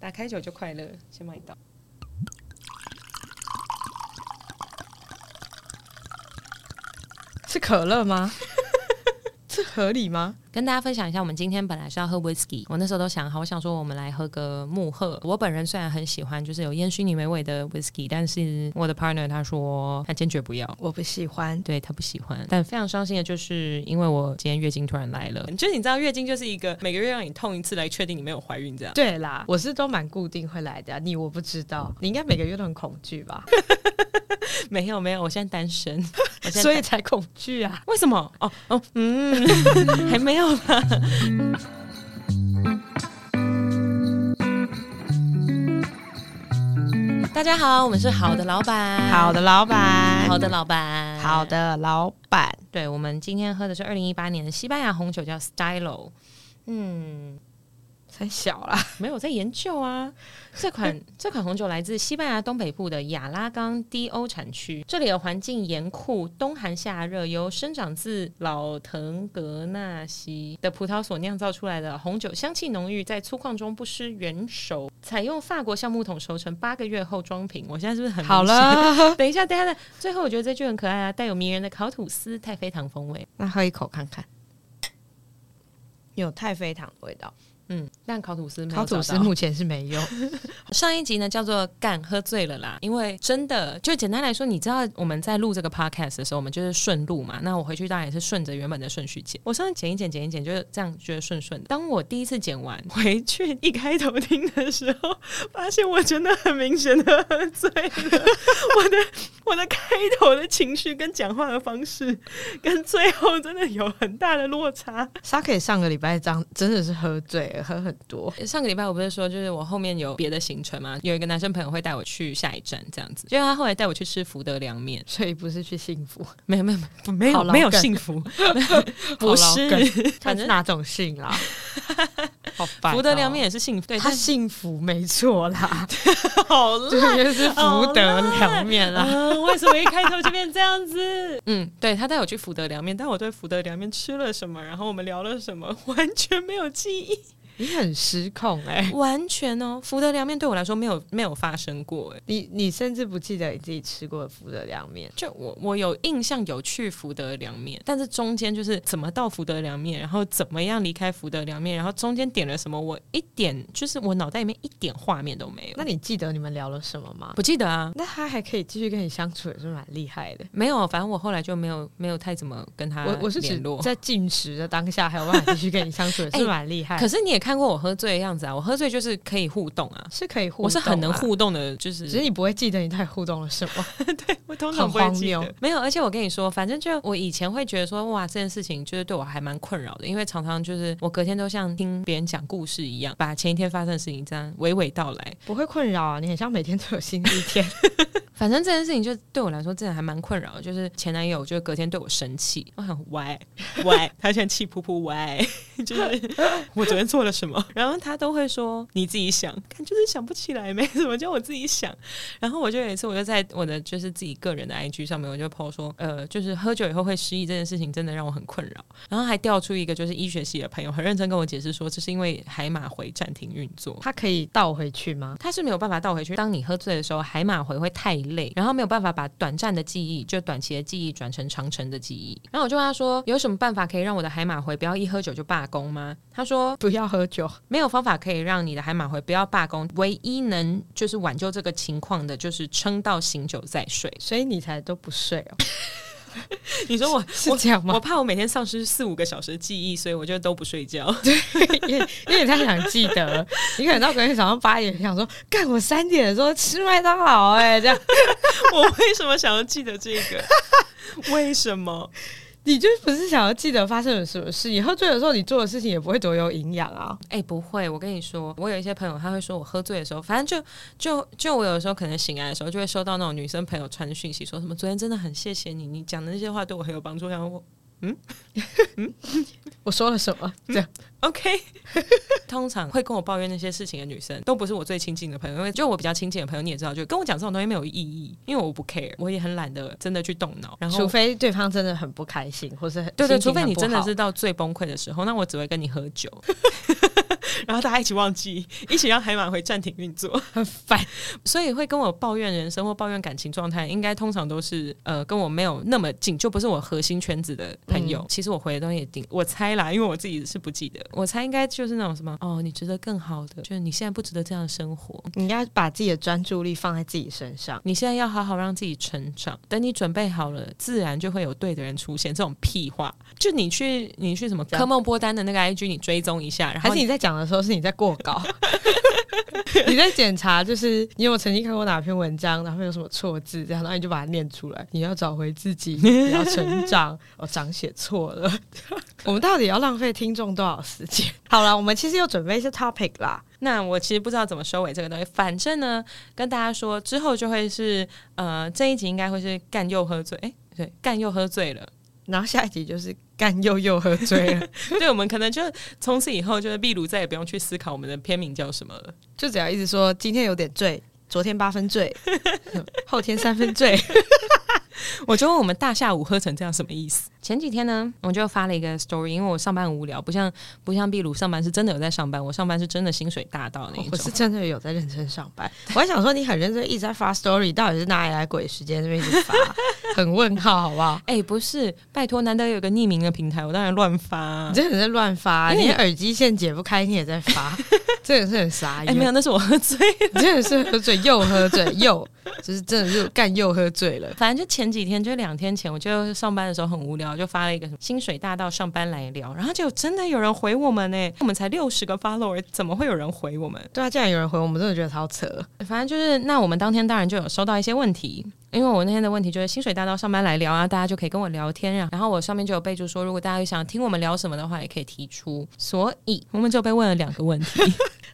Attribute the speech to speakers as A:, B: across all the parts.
A: 打开酒就快乐，先买到。
B: 是可乐 吗？这合理吗？
A: 跟大家分享一下，我们今天本来是要喝 whisky，我那时候都想好，我想说我们来喝个木鹤。我本人虽然很喜欢，就是有烟熏泥美味的 whisky，但是我的 partner 他说他坚决不要。
B: 我不喜欢。
A: 对他不喜欢，但非常伤心的就是，因为我今天月经突然来了，就是你知道月经就是一个每个月让你痛一次来确定你没有怀孕这样。
B: 对啦，我是都蛮固定会来的，啊你我不知道，你应该每个月都很恐惧吧，
A: 没有没有，我现在单身，我现在
B: 所以才恐惧啊。
A: 为什么？哦哦，嗯， 还没有吧？大家好，我们是好的老板，
B: 好的，老板，
A: 好的老板，
B: 好。的老板，
A: 对，我们今天喝的是二零一八年的西班牙红酒，叫 Stylo。嗯，
B: 太小啦。
A: 没有我在研究啊。这 款这款红酒来自西班牙东北部的亚拉冈低欧产区，这里的环境严酷，冬寒夏热，由生长自老腾格纳西的葡萄所酿造出来的红酒，香气浓郁，在粗犷中不失原熟。采用法国橡木桶熟成，八个月后装瓶。我现在是不是很
B: 好
A: 明显？
B: 了，
A: 等一下，等一下，最后我觉得这句很可爱啊，带有迷人的烤吐司、太妃糖风味。
B: 那喝一口看看，有太妃糖的味道，
A: 嗯，但烤吐司没有
B: 烤吐司
A: 找到
B: 目前是没有。
A: 上一集呢叫做“干喝醉了啦”，因为真的就简单来说，你知道我们在录这个 podcast 的时候，我们就是顺录嘛。那我回去当然也是顺着原本的顺序剪。我上次剪一剪，剪一剪，就是这样觉得顺顺的。当我第一次剪完回去一开头听的时候，发现我真的很明显的喝醉了。 我的我的开头的情绪跟讲话的方式，跟最后真的有很大的落差。
B: Saki 上个礼拜张真的是喝醉了，喝很多。
A: 上个礼拜我不是说，就是我后面有别的行程嘛，有一个男生朋友会带我去下一站这样子，结果他后来带我去吃福德凉面，
B: 所以不是去幸福，
A: 没有没有没有没
B: 好
A: 有
B: 老
A: 没有
B: 梗
A: 幸福，
B: 好
A: 不
B: 老
A: 是
B: 梗， 他
A: 反
B: 是
A: 正
B: 哪种幸 啊？好烦哦
A: 福德凉面，也是幸福，对，
B: 他
A: 但是
B: 幸福没错啦，
A: 好
B: 这
A: 烂
B: 就是福德凉面啦。
A: 啊！为什么一开头就变这样子？ 嗯，对他带我去福德凉面，但我对福德凉面吃了什么，然后我们聊了什么， 完全没有记忆。
B: 你很失控哎、
A: 完全哦，福德凉面对我来说没有没有发生过哎。
B: 你你甚至不记得你自己吃过的福德凉面，
A: 就我我有印象有去福德凉面，但是中间就是怎么到福德凉面，然后怎么样离开福德凉面，然后中间点了什么，我一点就是我脑袋里面一点画面都没有，
B: 那你记得你们聊了什么吗？
A: 不记得啊。
B: 那他还可以继续跟你相处，也是蛮厉害的。
A: 没有，反正我后来就没有没有太怎么跟他
B: 我我是指
A: 啊联络。
B: 在进食的当下还有办法继续跟你相处，也
A: 哎
B: 是蛮厉害的。
A: 可是你也看过我喝醉的样子啊，我喝醉就是可以互动啊，
B: 是可以互动、
A: 我是很能，互动的，就是
B: 只是你不会记得你到底互动了什么。
A: 我通
B: 常不会记得很荒谬
A: 没有，而且我跟你说，反正就我以前会觉得说，哇，这件事情就是对我还蛮困扰的，因为常常就是我隔天都像听别人讲故事一样，把前一天发生的事情这样娓娓道来。
B: 不会困扰啊，你很像每天都有新的一天。
A: 反正这件事情就对我来说真的还蛮困扰的，就是前男友就隔天对我生气，我想 why why，他现在气噗噗 why，就是 我昨天做了什么，然后他都会说你自己想，看就是想不起来，没什么，叫我自己想。 然后我就有一次，我就在我的就是自己个人的 IG 上面，我就 po 说，呃，就是喝酒以后会失忆这件事情真的让我很困扰。然后还调出一个就是医学系的朋友，很认真跟我解释说，这是因为海马回暂停运作，
B: 他可以倒回去吗？
A: 它是没有办法倒回去。当你喝醉的时候，海马回会太累，然后没有办法把短暂的记忆，就短期的记忆转成长程的记忆。然后我就问他说：“有什么办法可以让我的海马回不要一喝酒就罢工吗？”他说
B: 不要喝酒，：“
A: 没有方法可以让你的海马回不要罢工，唯一能就是挽救这个情况的，就是撑到醒酒再睡。
B: 所以你才都不睡哦，”
A: 你说我
B: 是这样
A: 我
B: 吗？
A: 怕我每天丧失四五个小时的记忆，所以我就都不睡觉。
B: 因为因为你太想记得了，你可能到隔天早上八点想说，干我三点的时候吃麦当劳、哎，这样
A: 我为什么想要记得这个？为什么？
B: 你就不是想要记得发生了什么事？你喝醉的时候，你做的事情也不会多有营养啊。
A: 哎、不会，我跟你说，我有一些朋友他会说我喝醉的时候，反正就就就我有的时候可能醒来的时候，就会收到那种女生朋友传讯息，说什么昨天真的很谢谢你，你讲的那些话对我很有帮助。然后我
B: 我说了什么？这
A: 嗯
B: 样
A: OK，通常会跟我抱怨那些事情的女生，都不是我最亲近的朋友，因为就我比较亲近的朋友，你也知道，就跟我讲这种东西没有意义，因为我不 care，我也很懒得真的去动脑。然后
B: 除非对方真的很不开心，或是很
A: 对对，
B: 心情
A: 除非
B: 很
A: 你
B: 不
A: 真的
B: 好
A: 是到最崩溃的时候，那我只会跟你喝酒。然后大家一起忘记，一起让海马回暂停运作，
B: 很烦。
A: 所以会跟我抱怨人生或抱怨感情状态，应该通常都是呃跟我没有那么近，就不是我核心圈子的朋
B: 嗯
A: 友。其实我回的东西也顶，我猜啦，因为我自己是不记得，我猜应该就是那种什么哦，你值得更好的，就是你现在不值得这样的生活，
B: 你应该把自己的专注力放在自己身上。
A: 你现在要好好让自己成长，等你准备好了，自然就会有对的人出现。这种屁话，就你去你去什么
B: 这样
A: 科梦波丹的那个 IG，你追踪一下，然
B: 还
A: 后
B: 是你在讲的时候是你在过稿？ 你在检查，就是你有曾经看过哪篇文章，然后有什么错字，这样，然后你就把它念出来。你要找回自己，你 要成长。哦，长写错了。 我们到底要浪费听众多少时间？好了，我们其实有准备一些 topic 啦。
A: 那我其实不知道怎么收尾这个东西，反正呢，跟大家说之后就会是呃这一集应该会是干又喝醉，哎、对，干又喝醉了。
B: 然后下一集就是干又又喝醉了，
A: 对，我们可能就从此以后就是秘鲁再也不用去思考我们的片名叫什么了。
B: 就只要一直说今天有点醉，昨天八分醉， 后天三分醉。
A: 我就问我们大下午喝成这样什么意思？前几天呢，我就发了一个 story，因为我上班很无聊，不像不像秘鲁上班是真的有在上班，我上班是真的薪水大到那一
B: 我
A: 种
B: 是。真的有在认真上班，我还想说你很认真一直在发 story，到底是哪里来鬼时间那边一直发，很问号好不好？
A: 哎、不是，拜托，难得有个匿名的平台，我当然乱发、啊
B: 你。真的在乱发，
A: 嗯因为
B: 你的耳机线解不开，你也在发，真的是很傻
A: 哎、
B: 眼。
A: 没有，那是我喝醉了。
B: 你真的是喝醉又喝醉又，就是真的就干又喝醉了。
A: 反正就前几天，就两天前，我就上班的时候很无聊，就发了一个什么薪水大到上班来聊，然后就真的有人回我们呢、哎我们才六十个 follower，怎么会有人回我们？
B: 对啊，竟然有人回我们，真的觉得超扯。
A: 反正就是，那我们当天当然就有收到一些问题，因为我那天的问题就是薪水大到上班来聊啊，大家就可以跟我聊天啊。然后我上面就有备注说，如果大家想听我们聊什么的话，也可以提出。所以我们就被问了两个问题：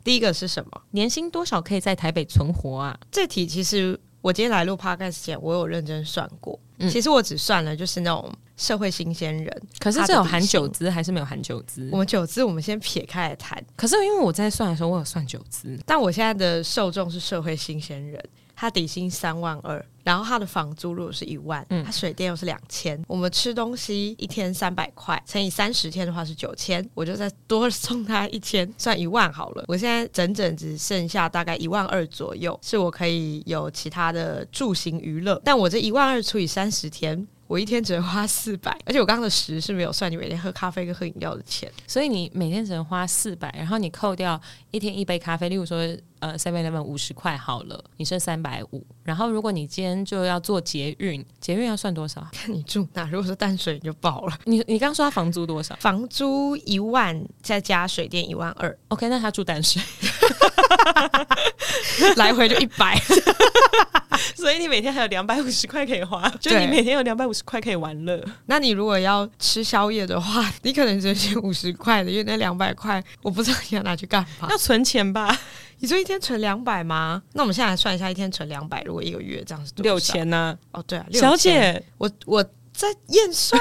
B: 第一个是什么？
A: 年薪多少可以在台北存活啊？
B: 这题其实我今天来录 podcast 前，我有认真算过。
A: 嗯
B: 其实我只算了，就是那种社会新鲜人。
A: 可是这有含酒资还是没有含酒资
B: 我？们九资，我们先撇开来谈。
A: 可是因为我在算的时候，我有算酒资，
B: 但我现在的受众是社会新鲜人，他底薪三万二，然后他的房租如果是一万，
A: 嗯
B: 他水电又是两千，我们吃东西一天三百块，乘以三十天的话是九千，我就再多送他一千，算一万好了。我现在整整只剩下大概一万二左右，是我可以有其他的住行娱乐，但我这一万二除以三十天。我一天只能花四百，而且我刚刚的十是没有算你每天喝咖啡跟喝饮料的钱。
A: 所以你每天只能花四百，然后你扣掉一天一杯咖啡，例如说呃 Seven Eleven 五十块好了，你剩三百五。然后如果你今天就要做捷运，捷运要算多少？
B: 看你住哪，如果说淡水你就爆了。
A: 你你刚刚说他房租多少
B: 房租一万，再加水电一万二，
A: ？OK，那他住淡水，
B: 来回就一百。
A: 所以你每天还有两百五十块可以 花，就
B: 对
A: 你每天有两百五十块可以玩乐。
B: 那你如果要吃宵夜的话，你可能只能选五十块的，因为那两百块我不知道你要拿去干嘛。
A: 要存钱吧，
B: 你说一天存两百吗？那我们现在来算一下，一天存两百，如果一个月这样是多少
A: 六千呢、
B: 哦，对啊，6000
A: 小，姐，
B: 我我在验 算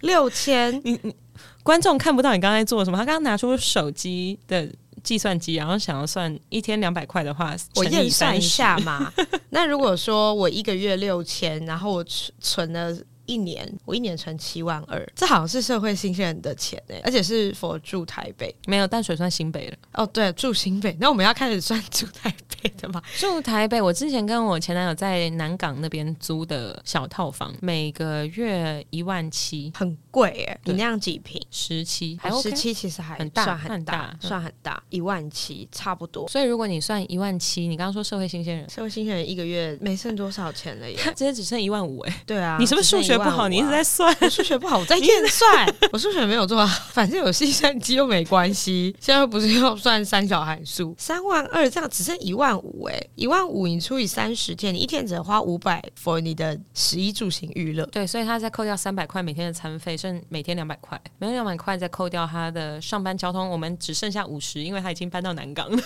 B: 六千，
A: 你你观众看不到你刚才做什么，他刚刚拿出手机的计算机，然后想要算一天两百块的话，
B: 我
A: 乘以
B: 验算一
A: 30
B: 下 嘛。那如果说我一个月六千，然后我存存了一年，我一年存七万二，这好像是社会新鲜人的钱哎、而且是佛住台北。
A: 没有淡水算新北了。
B: 哦，对，住新北，那我们要开始算住台北的吗？
A: 住台北，我之前跟我前男友在南港那边租的小套房，每个月一万七，
B: 很贵哎、你
A: 对
B: 那样几平？
A: 十七，还 OK。
B: 十七其实还
A: 很大
B: 算很
A: 很大嗯
B: 算很大，一万七差不多。
A: 所以如果你算一万七，你刚刚说社会新鲜人，
B: 社会新鲜人一个月没剩多少钱 了耶？
A: 直接只剩一万五哎，
B: 对啊，
A: 你是不是数学不好？你一直在算。
B: 我数学不好，我在验算， 我数学没有做好，反正有计算机又没关系。现在又不是要算三角函数，三万二这样只剩一万五哎、一万五你除以三十天，你一天只能花五百 for 你的十一住行娱 乐。
A: 对，所以他再扣掉三百块每天的餐费，剩每天两百块，每天两百块再扣掉他的上班交通，我们只剩下五十，因为他已经搬到南港了。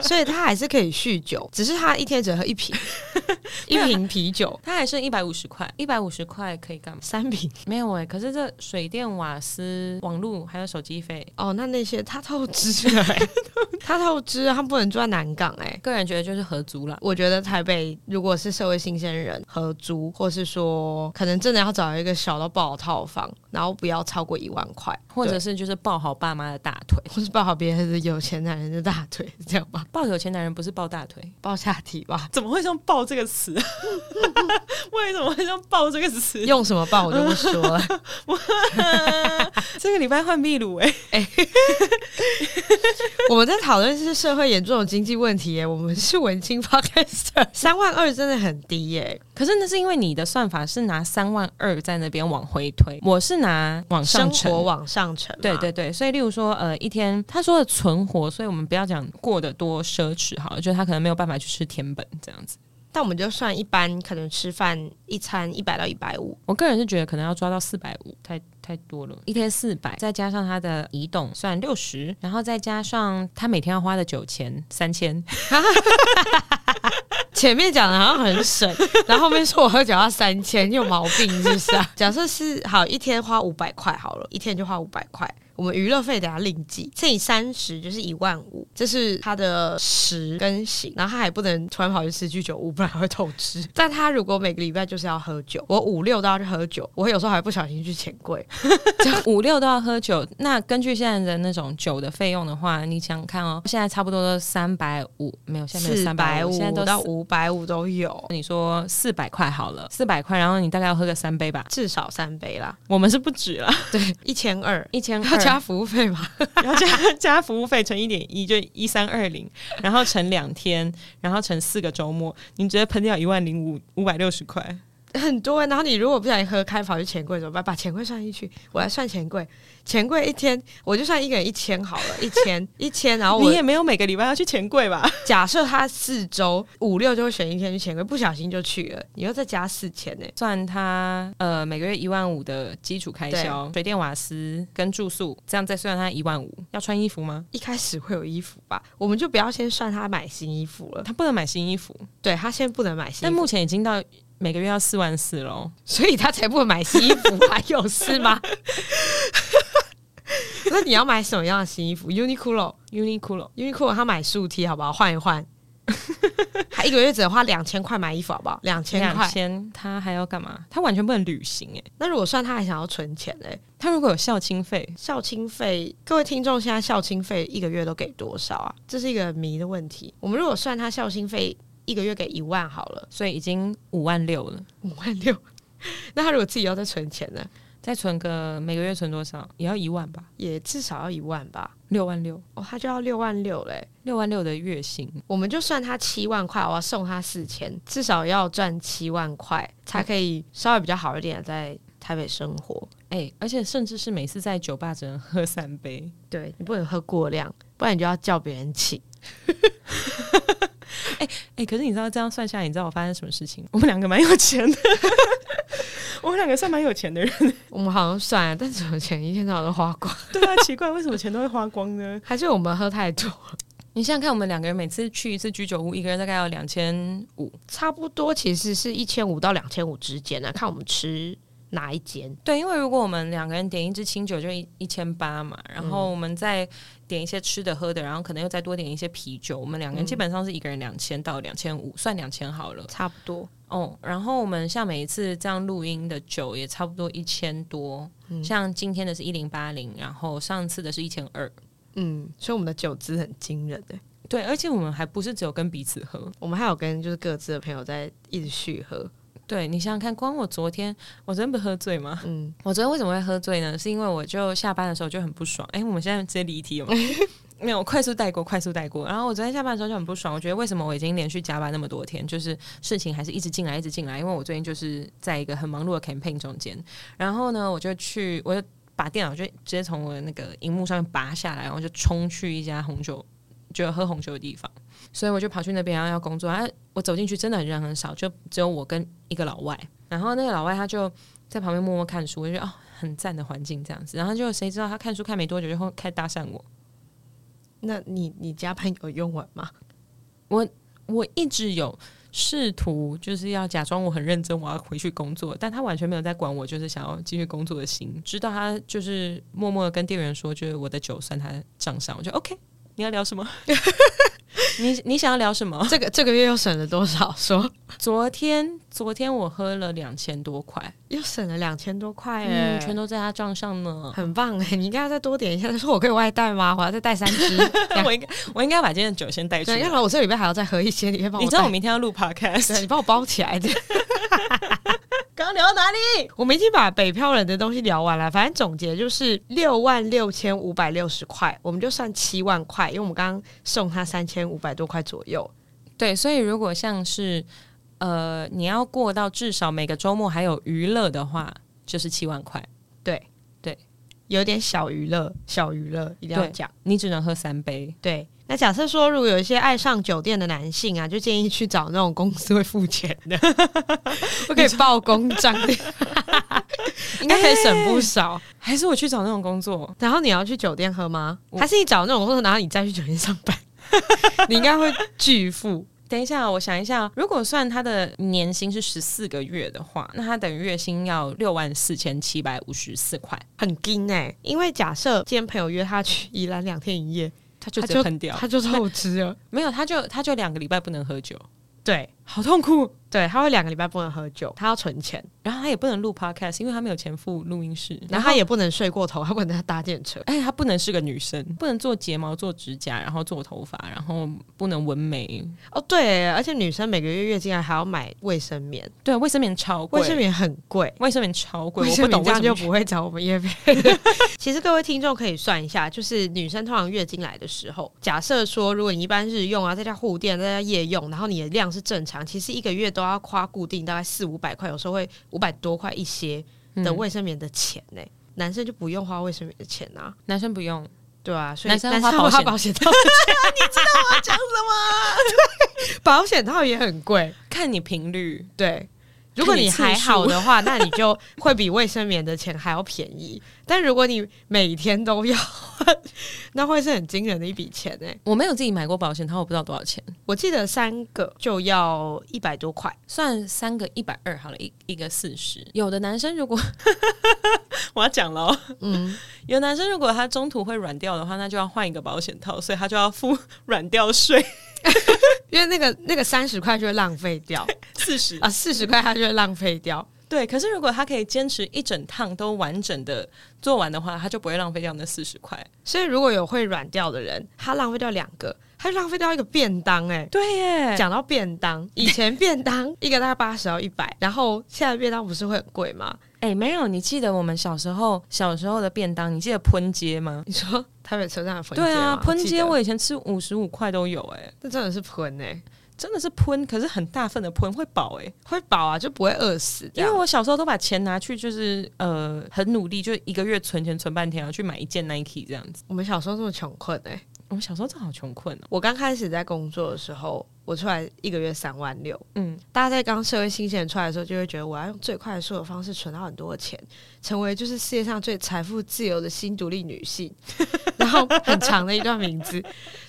B: 所以他还是可以酗酒，只是他一天只喝一瓶， 一瓶啤酒，
A: 他还剩一百五十块，一百五十块可以干嘛？
B: 三瓶。
A: 没有哎、可是这水电、瓦斯、网络还有手机费，
B: 哦，那那些他透 支了、欸，他透支了，他不能住在南港哎、
A: 个人觉得就是合租啦。
B: 我觉得台北如果是社会新鲜人合租，或是说可能真的要找一个小到爆的套房，然后不要超过一万块，
A: 或者
B: 对
A: 是就是抱好爸妈的大腿，
B: 或是抱好别人的有钱男人的大腿，是这样吧？
A: 抱有钱男人不是抱大腿，
B: 抱下体吧？
A: 怎么会用“抱”这个 词？为什么会用“抱”这个词？
B: 用什么抱我就不说了。
A: 这个礼拜换秘鲁哎，
B: 我们在讨论是社会严重的经济问题耶，我们是文青 podcaster，三 万二真的很低耶，
A: 可是那是因为你的算法是拿三万二在那边往回推，我是拿往上
B: 生
A: 乘
B: 活往上乘嘛，
A: 对对对，所以例如说，呃，一天他说的存活，所以我们不要讲过得多奢侈好了，就是他可能没有办法去吃天本这样子。
B: 但我们就算一般，可能吃饭一餐一百到一百五，
A: 我个人是觉得可能要抓到四百五，太太多了，一天四百，再加上他的移动算六十，然后再加上他每天要花的酒钱三千，
B: 前面讲的好像很省，然后后面说我要讲到三千，你有毛病是不是啊？ 假设是好一天花五百块好了，一天就花五百块。我们娱乐费等下另计，乘以三十就是一万五，这是他的食跟行，然后他还不能突然跑去吃居酒屋，不然会透支。但他如果每个礼拜就是要喝酒，我五六都要去喝酒，我有时候还不小心去钱柜，
A: 五六都要喝酒。那根据现在的那种酒的费用的话，你想想看哦，现在差不多都三百五，没有，现在没有
B: 四
A: 三
B: 百
A: 五，
B: 五
A: 现在都
B: 到
A: 四
B: 五百五都有，
A: 你说四百块好了，四百块，然后你大概要喝个三杯吧，
B: 至少三杯啦，
A: 我们是不止了，
B: 对，一千二，
A: 一千
B: 要
A: 二
B: 加服务费吗？
A: 然后加加服务费乘一点一，就一三二零，然后乘两天，然后乘四个周末，你直接喷掉一万零五五百六十块。
B: 很多欸、然后你如果不小心喝开跑去钱柜怎么办？把钱柜算进去，我来算钱柜。钱柜一天，我就算一个人一千好了，一千 一千。然后
A: 你
B: 我
A: 也没有每个礼拜要去钱柜吧？
B: 假设他四周五六就会选一天去钱柜，不小心就去了，你又再加四千欸呢。
A: 算他呃每个月一万五的基础开销，水电瓦斯跟住宿，这样再算他一万五。要穿衣服吗？
B: 一开始会有衣服吧，我们就不要先算他买新衣服了。
A: 他不能买新衣服，
B: 对他先不能买新
A: 但
B: 衣服，
A: 目前已经到每个月要四万四喽。
B: 所以他才不会买新衣服，还有事吗？ 那你要买什么样的新衣服？Uniqlo。
A: Uniqlo
B: 优衣库他买竖 T 好不好？换一换， 他一个月只能花两千块买衣服好不好？两千
A: 两
B: 块。
A: 千，他还要干嘛？他完全不能旅行诶、
B: 那如果算他还想要存钱嘞、
A: 他如果有校庆费，
B: 校庆费，各位听众现在校庆费一个月都给多少啊？这是一个很迷的问题。我们如果算他校庆费一个月给一万好了，
A: 所以已经五万六了。
B: 五万六。 那他如果自己要再存钱呢，
A: 再存个每个月存多少？也要一万吧，
B: 也至少要一万吧？
A: 六万六，
B: 哦，他就要六万六嘞、
A: 六万六的月薪。
B: 我们就算他七万块，我要送他四千，至少要赚七万块，才可以稍微比较好一点地在台北生活。
A: 哎、而且甚至是每次在酒吧只能喝三杯，
B: 对你不能喝过量，不然你就要叫别人请。
A: 哎、可是你知道这样算下来，你知道我发生什么事情？ 我们两个蛮有钱的， 我们两个算蛮有钱的人，
B: 我们好像算了，但怎么钱一天到晚都花光？
A: 对啊，奇怪为什么钱都会花光呢？
B: 还是我们喝太多？
A: 你想想看，我们两个人每次去一次居酒屋，一个人大概要两千五，
B: 差不多其实是一千五到两千五之间呢、看我们吃哪一间。
A: 对，因为如果我们两个人点一支清酒就一一千八嘛，然后我们再点一些吃的喝的，然后可能又再多点一些啤酒，我们两个人基本上是一个人两千到两千五，算两千好了。
B: 差不多，
A: 哦，然后我们像每一次这样录音的酒也差不多一千多，像今天的是一零八零，然后上次的是一千二。
B: 嗯，所以我们的酒资很惊人诶。
A: 对，而且我们还不是只有跟彼此喝。
B: 我们还有跟就是各自的朋友在一直续喝，
A: 对你想想看，光我昨天，我昨天不喝醉吗？
B: 嗯，
A: 我昨天为什么会喝醉呢？是因为我就下班的时候就很不爽。哎、我们现在直接离题了吗？没有，我快速带过，快速带过。然后我昨天下班的时候就很不爽，我觉得为什么我已经连续加班那么多天，就是事情还是一直进来，一直进来。因为我最近就是在一个很忙碌的 campaign 中间，然后呢，我就去，我就把电脑就直接从我的那个荧幕上面拔下来，然后就冲去一家红酒，就喝红酒的地方。所以我就跑去那边，然后要工作。然后我走进去，真的很人很少，就只有我跟一个老外。然后那个老外他就在旁边默默看书，我就觉得哦，很赞的环境这样子。然后就谁知道他看书看没多久，就会开始搭讪我。
B: 那你你加班有用完吗？
A: 我一直有试图就是要假装我很认真，我要回去工作，但他完全没有在管我，就是想要继续工作的心。直到他就是默默的跟店员说，就是我的酒算他账上，我就 OK。你要聊什么？你你想要聊什么？
B: 这个这个月又省了多少？说
A: 昨天昨天我喝了两千多块，
B: 又省了两千多块哎、
A: 嗯，全都在他账上 呢。
B: 很棒哎、你应该要再多点一下。他说我可以外带吗？我要再带三支。这样
A: 我应该我应该把今天的酒先带出
B: 对，要
A: 来
B: 不。然我这礼拜还要再喝一些，你可以帮我带。
A: 你知道我
B: 们
A: 明天要录 podcast，
B: 对你帮我包起来。对
A: 刚刚聊到哪里？
B: 我们已经把北漂人的东西聊完了，反正总结就是六万六千五百六十块，我们就算七万块，因为我们刚刚送他三千五百多块左右。
A: 对，所以如果像是呃，你要过到至少每个周末还有娱乐的话，就是七万块，
B: 对
A: 对，
B: 有点小娱乐，小娱乐一定要讲。
A: 你只能喝三杯。
B: 对，那假设说如果有一些爱上酒店的男性啊，就建议去找那种公司会付钱的， 我可以报公账， 应该可以省不少。
A: 哎还是我去找那种工 作？
B: 然后你要去酒店喝吗？
A: 我
B: 还是你找那种工作，然后你再去酒店上班？你应该会巨富。
A: 等一下，我想一下，如果算他的年薪是十四个月的话，那他等于月薪要六万四千七百五十四块，
B: 很惊哎、因为假设今天朋友约他去宜兰两天一夜，
A: 他就
B: 他
A: 直
B: 就
A: 接喷掉。
B: 他就透支了。
A: 没有，他就他就两个礼拜不能喝酒，
B: 对
A: 好痛苦。
B: 对，他会两个礼拜不能喝酒，他要存钱，
A: 然后他也不能录 podcast，因为他没有钱付录音室。
B: 然后他也不能睡过头，他不能搭电车。
A: 哎，她不能是个女生，不能做睫毛、做指甲，然后做头发，然后不能纹眉。
B: 哦，对，而且女生每个月月经来还要买卫生棉，
A: 对，卫生棉超贵，
B: 卫生棉很贵。
A: 卫生棉超贵，
B: 卫
A: 我
B: 生
A: 不
B: 棉
A: 懂
B: 这
A: 为
B: 样
A: 什么
B: 就不会找我们叶飞。 其实各位听众可以算一下，就是女生通常月经来的时候，假设说如果你一般日用啊，在家护垫，在家夜用，然后你的量是正常，其实一个月都要花固定大概四五百块，有时候会五百多块一些
A: 嗯
B: 的卫生棉的钱呢、男生就不用花卫生棉的钱啊，
A: 男生不用。
B: 对啊，所以
A: 男生
B: 男
A: 花
B: 生要
A: 保
B: 花
A: 险
B: 保险套的钱， 你知道我讲什么？对， 保险套也很贵，
A: 看你频率，
B: 对，如果
A: 看你
B: 你
A: 次
B: 还好
A: 数
B: 的 话，那你就会比卫生棉的钱还要便宜。但如果你每天都要， 那会是很惊人的一笔钱诶、欸
A: 我没有自己买过保险套，我不知道多少钱，
B: 我记得三个就要一百多块，
A: 算三个一百二好了，一一个四十。有的男生如果 我要讲了哦，
B: 嗯，
A: 有男生如果他中途会软掉的话，那就要换一个保险套，所以他就要付 软掉税
B: 因为那个那个三十块就会浪费 掉
A: 四十。
B: 啊，四十块它就会浪费掉。
A: 对，可是如果他可以坚持一整趟都完整的做完的话，他就不会浪费掉那四十块。
B: 所以如果有会软掉的人，他浪费掉两个，他就浪费掉一个便当诶、欸
A: 对耶，
B: 讲到便 当，以前便当 一个大概八十到一百，然后现在便当不是会很贵吗？
A: 哎、没有，你记得我们小时候小时候的便当，你记得喷街吗？
B: 你说台北车站的喷
A: 对啊，
B: 吗我
A: 喷
B: 记
A: 街
B: 得
A: 我以前吃五十五块都有、哎，
B: 那真的是喷呢、
A: 真的是喷，可是很大份的喷会饱哎、
B: 会饱啊，就不会饿死。
A: 因为我小时候都把钱拿去就是呃很努力，就是一个月存钱存半天，然后去买一件 Nike 这样子。
B: 我们小时候这么穷困哎、
A: 我们小时候真的好穷困哦、
B: 我刚开始在工作的时候，我出来一个月三万六。
A: 嗯，
B: 大家在刚社会新鲜人出来的时候，就会觉得我要用最快速的方式存到很多的钱，成为就是世界上最财富自由的新独立女性。 然后很长的一段名字，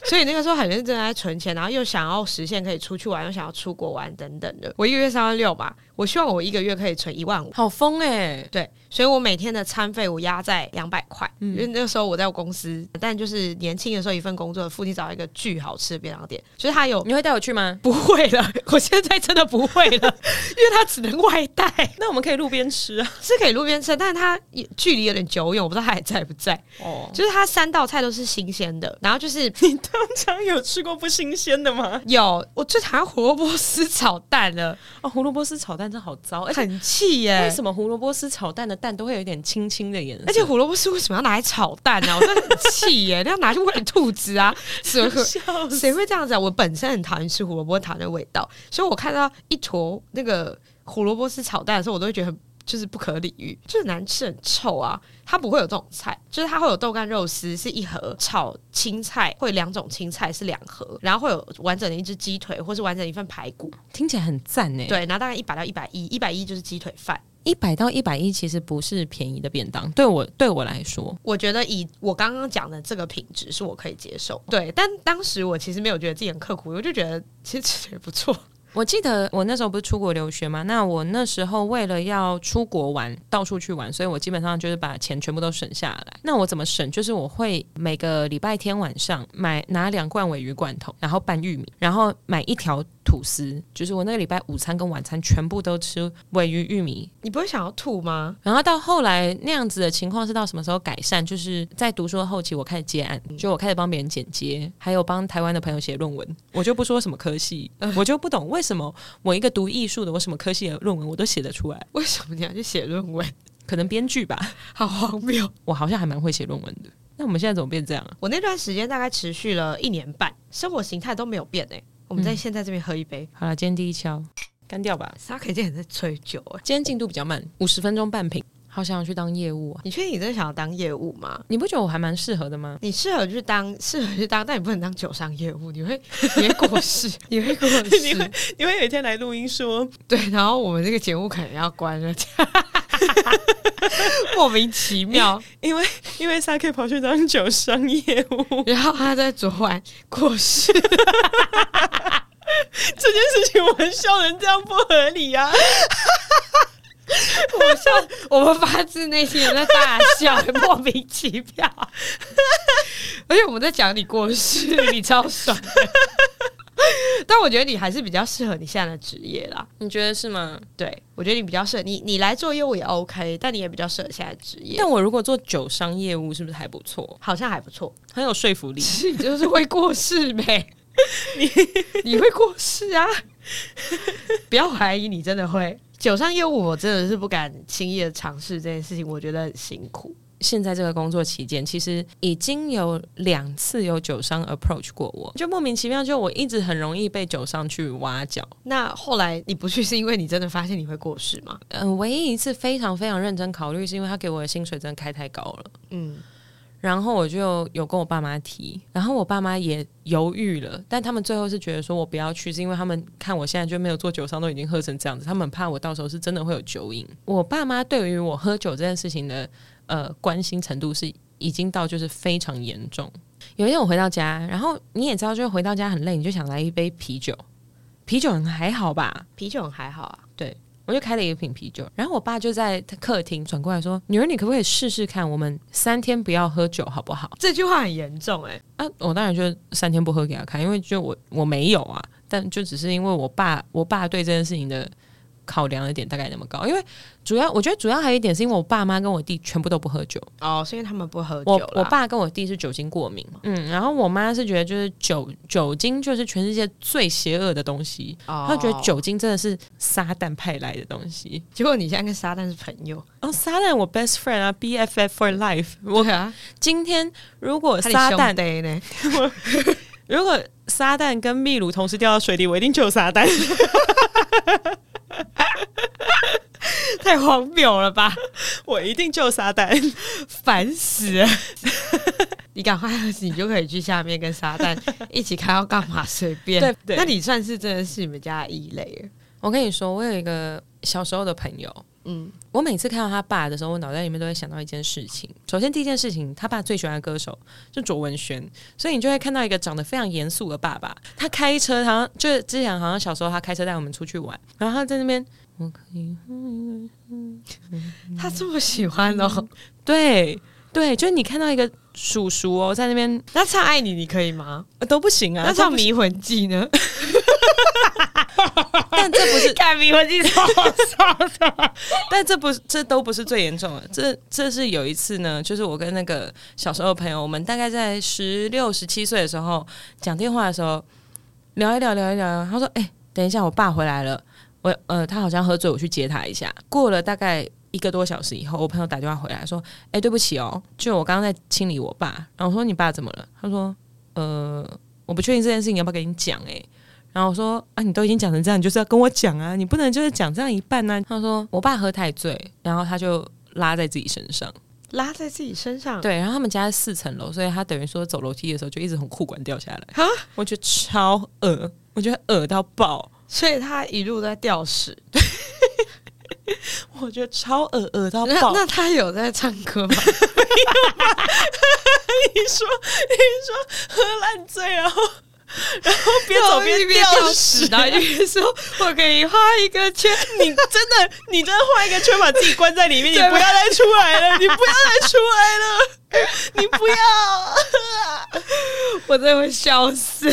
B: 所以那个时候很认真地在存钱，然后又想要实现可以出去玩，又想要出国玩等等的。我一个月三万六嘛，我希望我一个月可以存一万五。
A: 好疯哎、
B: 对，所以我每天的餐费我压在两百块，
A: 嗯
B: 因为那个时候我在我公司，但就是年轻的时候一份工作，附近找到一个巨好吃的便当店，就是它有。
A: 你会带我去吗？
B: 不会了，我现在真的不会了，因为它只能外带，
A: 那我们可以路边吃啊。
B: 是可以路边吃，但是它也距离有点久远，我不知道它还在不在。
A: 哦，
B: 就是它三道菜都是新鲜的，然后 就是
A: 你通常有吃过不新鲜的吗？
B: 有我最讨厌胡萝卜丝炒蛋了，
A: 哦，胡萝卜丝炒蛋真好糟，而且
B: 很气耶、
A: 为什么胡萝卜丝炒蛋的蛋都会有一点青青的颜色？
B: 而且胡萝卜丝为什么要拿来炒蛋啊呢、我真的很气耶、 那要拿去喂兔子啊？谁 会
A: 笑死
B: 谁会这样子啊？我本身很讨厌吃胡萝卜糖的味道，所以我看到一坨那个胡萝卜丝炒蛋的时候，我都会觉得很就是不可理喻，就是难吃很臭啊。它不会有这种菜，就是它会有豆干肉丝是一盒，炒青菜会有两种青菜是两盒，然后会有完整的一只鸡腿或是完整的一份排骨，
A: 听起来很赞呢。，
B: 对，然后大概一百到一百一，一百一就是鸡腿饭。
A: 一百到一百一其实不是便宜的便当，对我对我来说，
B: 我觉得以我刚刚讲的这个品质是我可以接受，对。但当时我其实没有觉得自己很刻苦，我就觉得其实吃的也不错。
A: 我记得我那时候不是出国留学嘛，那我那时候为了要出国玩，到处去玩，所以我基本上就是把钱全部都省下来。那我怎么省？就是我会每个礼拜天晚上买拿两罐尾鱼罐头，然后拌玉米，然后买一条吐司，就是我那个礼拜午餐跟晚餐全部都吃尾鱼玉米
B: 你不会想要吐吗？
A: 然后到后来那样子的情况是到什么时候改善？就是在读书的后期，我开始接案，就我开始帮别人剪接，还有帮台湾的朋友写论文。我就不说什么科 系，我就不懂为什么我一个读艺术的，我什么科系的论文我都写得出来，
B: 为什么你要去写论文？
A: 可能编剧吧，
B: 好荒谬！
A: 我好像还蛮会写论文的。那我们现在怎么变这样啊？
B: 我那段时间大概持续了一年半，生活形态都没有变哎、我们在现在这边喝一杯，
A: 好了，今天第一敲干掉吧。
B: 沙可以很在吹酒哎、
A: 今天进度比较慢，五十分钟半瓶，好想要去当业务啊！
B: 你确定你真的想要当业务吗？
A: 你不觉得我还蛮适合的吗？
B: 你适合去当， 适合去当，但你不能当酒商业务，你会你会过世， 你会过
A: 你会
B: 世。
A: 因为有一天来录音说，
B: 对，然后我们这个节目可能要关 了，莫名其 妙。
A: 因为因为 s a k 跑去当酒商业务，
B: 然后他在昨晚过世，
A: 这件事情我们笑人这样不合理啊！
B: 我笑，我们发自内心的在大笑，莫名其妙。而且我们在讲你过世，你超爽的。但我觉得你还是比较适合你现在的职业啦。
A: 你觉得是吗？
B: 对，我觉得你比较适合你，你来做业务也 OK，但你也比较适合现在的职业，
A: 但我如果做酒商业务，是不是还不错？
B: 好像还不错。
A: 很有说服力
B: 只。是你就是会过世呗， 你你会过世啊！不要怀疑，你真的会。酒上业务，我真的是不敢轻易的尝试这件事情，我觉得很辛苦。
A: 现在这个工作期间，其实已经有两次有酒商 approach 过我，就莫名其妙，就我一直很容易被酒商去挖角。
B: 那后来你不去，是因为你真的发现你会过世吗？
A: 嗯、唯一一次非常非常认真考虑，是因为他给我的薪水真的开太高了。
B: 嗯，
A: 然后我就有跟我爸妈提，然后我爸妈也犹豫了，但他们最后是觉得说我不要去，是因为他们看我现在就没有做酒商，都已经喝成这样子，他们很怕我到时候是真的会有酒瘾。我爸妈对于我喝酒这件事情的呃关心程度是已经到就是非常严重。有一天我回到家，然后你也知道，就是回到家很累，你就想来一杯啤酒，啤酒还好吧，
B: 啤酒还好啊，
A: 我就开了一瓶啤酒，然后我爸就在客厅转过来说：“女儿，你可不可以试试看，我们三天不要喝酒好不好？”
B: 这句话很严重哎、
A: 啊，我当然就三天不喝给他看，因为就我我没有啊，但就只是因为我爸我爸对这件事情的考量的点大概那么高，因为主要我觉得主要还有一点是因为我爸妈跟我弟全部都不喝酒，
B: 哦，是因为他们不喝酒
A: 我
B: 啦
A: 我爸跟我弟是酒精过敏，嗯，然后我妈是觉得就是酒酒精就是全世界最邪恶的东西，
B: 哦
A: 她觉得，酒精真的是撒旦派来的东西，
B: 结果你现在跟撒旦是朋友，
A: 哦，撒旦我 best friend 啊，BFF for life，我
B: 对啊，
A: 今天如果
B: 他
A: 撒旦
B: 对呢，
A: 如果撒旦跟秘鲁同时掉到水里，我一定救撒旦。
B: 太荒谬了吧？
A: 我一定救撒旦。
B: 烦死了！ 你赶快，你就可以去下面跟撒旦 一起开要干嘛随便。
A: 对对
B: 那你算是真的是你们家的异类了。
A: 我跟你说，我有一个小时候的朋友，
B: 嗯，
A: 我每次看到他爸的时候，我脑袋里面都会想到一件事情。首先，第一件事情，他爸最喜欢的歌手是卓文萱，所以你就会看到一个长得非常严肃的爸爸。他开车，好像就是之前好像小时候他开车带我们出去玩，然后他在那边，我可以，
B: 他这么喜欢哦，
A: 对对，就是你看到一个叔叔哦，在那边、
B: 那唱《爱你》你可以吗？
A: 呃都不行啊，
B: 那唱
A: 都
B: 《
A: 不行
B: 迷魂记》呢？
A: 但这不是
B: 看《迷魂记》超好笑的。
A: 但这不是，这都不是最严重的，这这是有一次呢，就是我跟那个小时候的朋友，我们大概在十六、十七岁的时候讲电话的时候，聊一聊，聊一聊，他说：“哎、等一下，我爸回来了，我呃，他好像喝醉，我去接他一下。”过了大概一个多小时以后，我朋友打电话回来说：“哎、对不起哦，就我刚刚在清理我爸。”然后我说：“你爸怎么了？”他说：“呃，我不确定这件事情要不要跟你讲。”哎。然后我说啊，你都已经讲成这样，你就是要跟我讲啊，你不能就是讲这样一半啊呢、 他说我爸喝太醉，然后他就拉在自己身上。
B: 拉在自己身上，
A: 对，然后他们家是四层楼，所以他等于说走楼梯的时候就一直从裤管掉下来。
B: 哈，
A: 我觉得超恶，我觉得恶到爆，
B: 所以他一路在吊屎。
A: 我觉得超恶恶到
B: 那
A: 哦爆。
B: 那他有在唱歌吗？
A: 你说你说喝烂醉，然后 边走边
B: 掉
A: 掉
B: 屎
A: 屎，
B: 然后一边说：“我给你画一个圈。
A: 你真的，你真的画一个圈，把自己关在里面，你
B: 对吧
A: 不要再出来了，你不要再出来了，你不要。”
B: 我真的会笑死。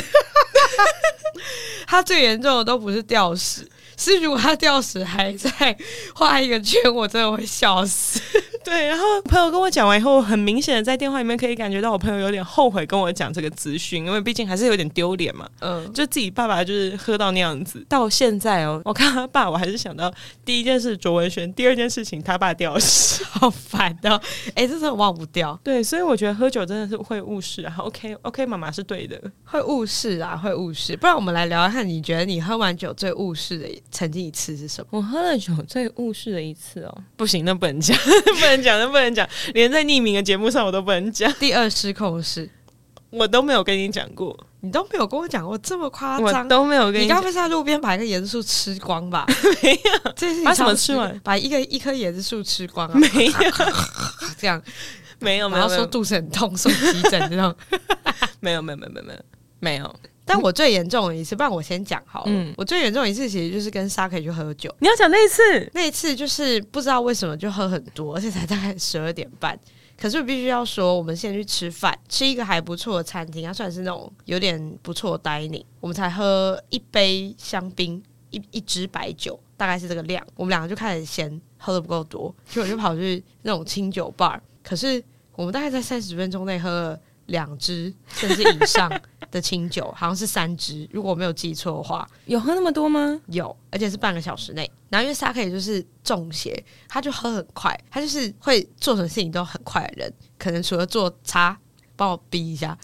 B: 他最严重的都不是吊屎，是如果他吊屎还在画一个圈，我真的会笑死。
A: 对，然后朋友跟我讲完以后，很明显的在电话里面可以感觉到我朋友有点后悔跟我讲这个资讯，因为毕竟还是有点丢脸嘛。
B: 嗯，
A: 就自己爸爸就是喝到那样子，到现在哦，我看他爸，我还是想到第一件事卓文萱，第二件事情他爸吊 屎。
B: 好烦哦。哎、这真的忘不掉，
A: 对，所以我觉得喝酒真的是会误事啊。OK OK，妈妈是对的。
B: 会误事啊，会误事。不然我们来聊聊看，你觉得你喝完酒最误事的曾经一次是什么？
A: 我喝了酒最误事的一次哦，不行，那不能讲，不能讲，那不能讲，连在匿名的节目上我都不能讲，
B: 第二失控是，
A: 我都没有跟你讲过，
B: 你都没有跟我讲过这么夸
A: 我
B: 张。
A: 都没有跟
B: 你
A: 你讲
B: 该不。会是在路边把一个椰子树吃光 吧？没有，这是你
A: 把什么
B: 超市
A: 吃完？
B: 把一个一棵椰子树吃光啊！
A: 没有，
B: 这样，
A: 没有，没
B: 然
A: 有，
B: 后
A: 没
B: 说
A: 有，
B: 肚子很痛，送急诊这种。
A: 没有，没有，没有，没有没有，没有。
B: 但我最严重的一次，不然我先讲好了。
A: 嗯
B: 我最严重的一次其实就是跟 Saki 去喝酒，
A: 你要讲那一次，
B: 那一次就是不知道为什么就喝很多，而且才大概十二点半。可是我必须要说，我们先去吃饭，吃一个还不错的餐厅，它算是那种有点不错的 dining。我们才喝一杯香槟，一一支白酒，大概是这个量。我们两个就开始嫌喝的不够多，所以我就跑去那种清酒 bar。可是我们大概在三十分钟内喝了两支甚至以上的清酒，好像是三支，如果我没有记错的话。
A: 有喝那么多吗？
B: 有，而且是半个小时内。然后因为 Saki 就是中邪，他就喝很快，他就是会做什么事情都很快的人，可能除了做茶，帮我逼一下。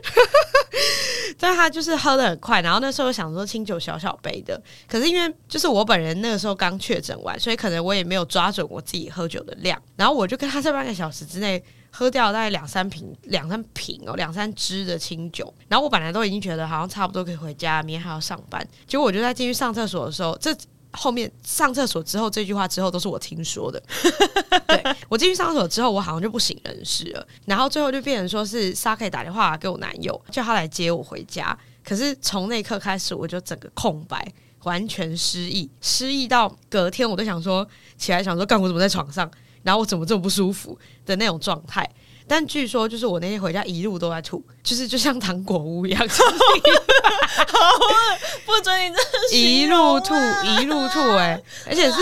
B: 但他就是喝的很快，然后那时候想说清酒小小杯的，可是因为就是我本人那个时候刚确诊完，所以可能我也没有抓准我自己喝酒的量，然后我就跟他在半个小时之内喝掉大概两三瓶、两三瓶哦、两三支的清酒。然后我本来都已经觉得好像差不多可以回家，明天还要上班。结果我就在进去上厕所的时候，这后面上厕所之后这句话之后都是我听说的。对我进去上厕所之后，我好像就不省人事了。然后最后就变成说是 s a k 打电话给我男友，叫他来接我回家。可是从那一刻开始，我就整个空白。完全失忆，失忆到隔天我都想说起来想说，干我怎么在床上，然后我怎么这么不舒服的那种状态。但据说就是我那天回家一路都在吐，就是就像糖果屋一 样，
A: 不准你这
B: 一路 吐一路吐、哎，而且是，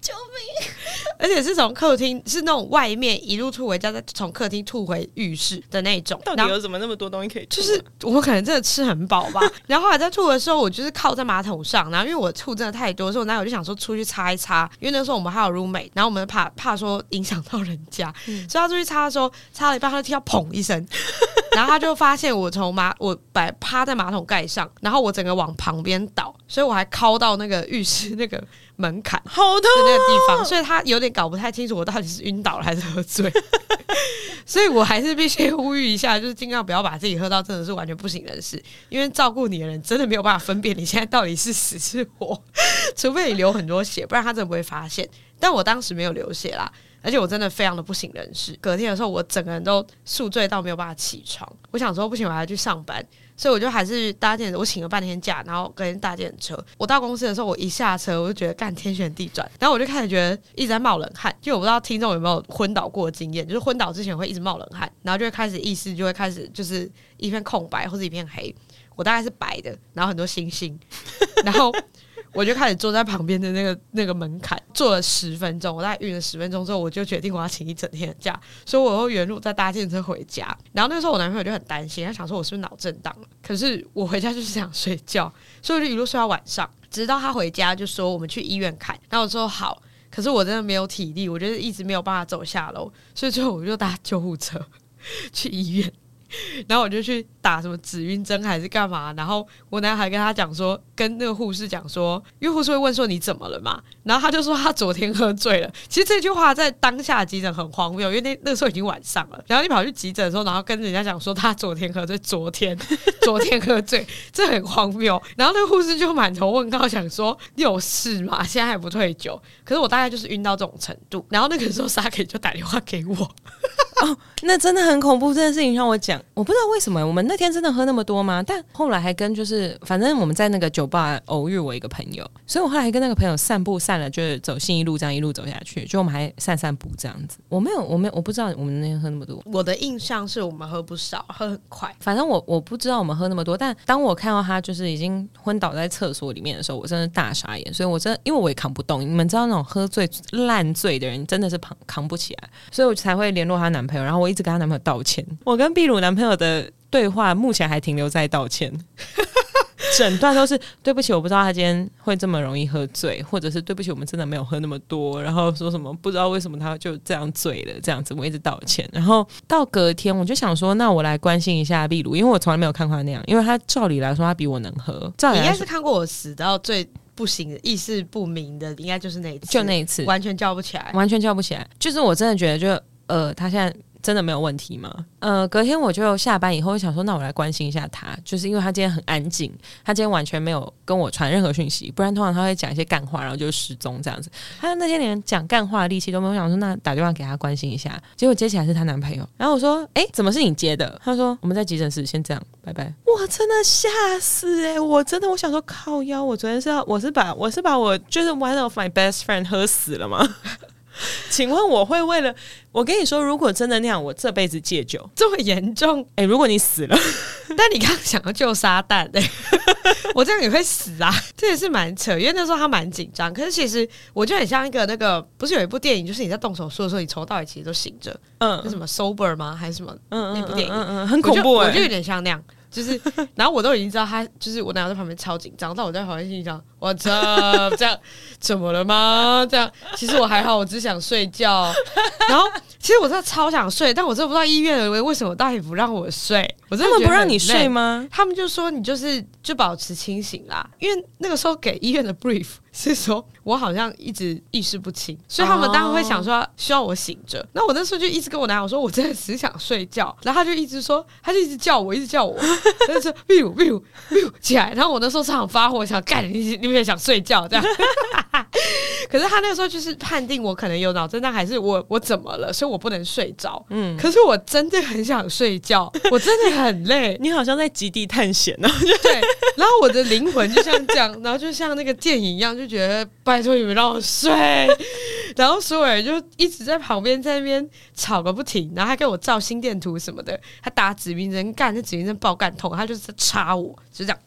A: 救
B: 命！ 而且是从客厅，是那种外面一路吐回家，再从客厅吐回浴室的那种。
A: 到
B: 然
A: 底
B: 后
A: 有怎么那么多东西可以
B: 就
A: 吃啊？
B: 是我们可能真的吃很饱吧。然后后来在吐的时候，我就是靠在马桶上，然后因为我吐真的太多，所以我男友就想说出去擦一擦，因为那时候我们还有 roommate，然后我们怕怕说影响到人家，所以他出去擦的时候，擦了一半他就听到砰一声， 然后他就发现我从马我摆趴在马桶盖上，然后我整个往旁边倒，所以我还靠到那个浴室那个门槛。
A: 好痛
B: 的那个地方，所以他有点搞不太清楚我到底是晕倒了还是喝醉， 所以我还是必须呼吁一下，就是尽量不要把自己喝到真的是完全不省人事，因为照顾你的人真的没有办法分辨你现在到底是死是活， 除非你流很多血，不然他真的不会发现。但我当时没有流血啦，而且我真的非常的不省人事。隔天的时候，我整个人都宿醉到没有办法起床，我想说不行，我还要去上班，所以我就还是搭电，我请了半天假，然后跟搭电车。我到公司的时候，我一下车我就觉得干天旋地转，然后我就开始觉得一直在冒冷汗，因为我不知道听众有没有昏倒过的经验，就是昏倒之前会一直冒冷汗，然后就会开始意识就会开始就是一片空白或者一片黑。我大概是白的，然后很多星星， 然后我就开始坐在旁边的那个那个门槛，坐了十分钟。我大概晕了十分钟之后，我就决定我要请一整天的假，所以我又原路再搭电车回家。然后那个时候我男朋友就很担心，他想说我是不是脑震荡了？可是我回家就是想睡觉，所以我就一路睡到晚上，直到他回家就说我们去医院看。然后我说好，可是我真的没有体力，我就是一直没有办法 走下楼，所以最后我就搭救护车去医院。然后我就去打什么止晕针还是干嘛，然后我男孩跟他讲说，跟那个护士讲说，因为护士会问说你怎么了嘛，然后他就说他昨天喝醉了。其实这句话在当下急诊很荒谬，因为那那时候已经晚上了，然后你跑去急诊的时候，然后跟人家讲说他昨天喝醉，昨天 昨天喝醉，这很荒谬。然后那个护士就满头问号，想说你有事吗？现在还不退酒？可是我大概就是晕到这种程度，然后那个时候 Saki 就打电话给我，
A: 那真的很恐怖，这件事情让我讲，我不知道为什么我们那天真的喝那么多吗？但后来还跟就是，反正我们在那个酒吧偶遇我一个朋友，所以我后来跟那个朋友散步散了，就是走信义路这样一路走下去，就我们还散散步这样子。我没有，我没有，我不知道我们那天喝那么多，
B: 我的印象是我们喝不少，喝很快。
A: 反正我我不知道我们喝那么多，但当我看到他就是已经昏倒在厕所里面的时候，我真的大傻眼。所以我真的因为我也扛不动，你们知道那种喝醉烂醉的人真的是扛扛不起来，所以我才会联络她男朋友，然后我一直跟她男朋友道歉。我跟秘鲁男朋友的对话目前还停留在道歉。 整段都是对不起，我不知道他今天会这么容易喝醉，或者是对不起，我们真的没有喝那么多，然后说什么不知道为什么他就这样醉了，这样子我一直道歉。然后到隔天我就想说，那我来关心一下秘鲁，因为我从来没有看过他那样，因为他照理来说他比我能喝，照
B: 你
A: 理
B: 应
A: 来
B: 该
A: 说
B: 是看过我死到最不行的、意识不明的，应该就是那一次，
A: 就那一次
B: 完全叫不起来。
A: 完全叫不起来，就是我真的觉得就呃，他现在。真的没有问题吗？呃，隔天我就下班以后，我想说，那我来关心一下他，就是因为他今天很安静，他今天完全没有跟我传任何讯息，不然通常他会讲一些干话，然后就失踪这样子。他那天连讲干话的力气都没有，我想说那打电话给他关心一下，结果接起来是她男朋友，然后我说，哎、怎么是你接的？他说我们在急诊室，先这样，拜拜。我真的吓死哎、我真的我想说靠腰，我昨天是要我是把我是把我就是 one of my best friend 喝死了吗？请问我会为了我跟你说，如果真的那样，我这辈子戒酒。
B: 这么严重，
A: 哎、如果你死了，
B: 但你刚刚想要救撒旦、欸， 我这样也会死啊！这也是蛮扯，因为那时候他蛮紧张。可是其实我就很像一个那个，不是有一部电影，就是你在动手术的时候，你从头到尾其实都醒着，
A: 嗯
B: 那什么 sober 吗？还是什么？
A: 嗯
B: 那部电影
A: 嗯嗯嗯很恐怖
B: 我
A: 哎、
B: 就，我就有点像那样。就是，然后我都已经知道他，就是我男友在旁边超紧张，但我在旁边心里想，我操，这样怎么了吗？这样其实我还好，我只想睡觉。然后其实我真的超想睡，但我真的不知道医院为为什么到底不让我睡，我真
A: 他
B: 的觉
A: 们
B: 得
A: 不让
B: 很
A: 你
B: 累
A: 睡吗？
B: 他们就说你就是就保持清醒啦，因为那个时候给医院的 brief 是说我好像一直意识不清，所以他们当然会想说需要我醒着。那我那时候就一直跟我男友说，我真的只想睡觉，然后他就一直说，他就一直叫我，一直叫我， 他就说 biu biu biu 起来。然后我那时候超想发火，想干你，你们也想睡觉这样。 可是他那个时候就是判定我可能有脑震荡，还是我我怎么了，所以我不能睡着。嗯，可是我真的很想睡觉，我真的很累。
A: 你好像在极地探险啊呢、
B: 对，然后我的灵魂就像这样，然后就像那个电影一样，就觉得拜托你们让我睡。 然后所有人就一直在旁边在那边吵个不停，然后还给我照心电图什么的，他打指明针干，那指明针爆干痛，他就是在插我，就这样。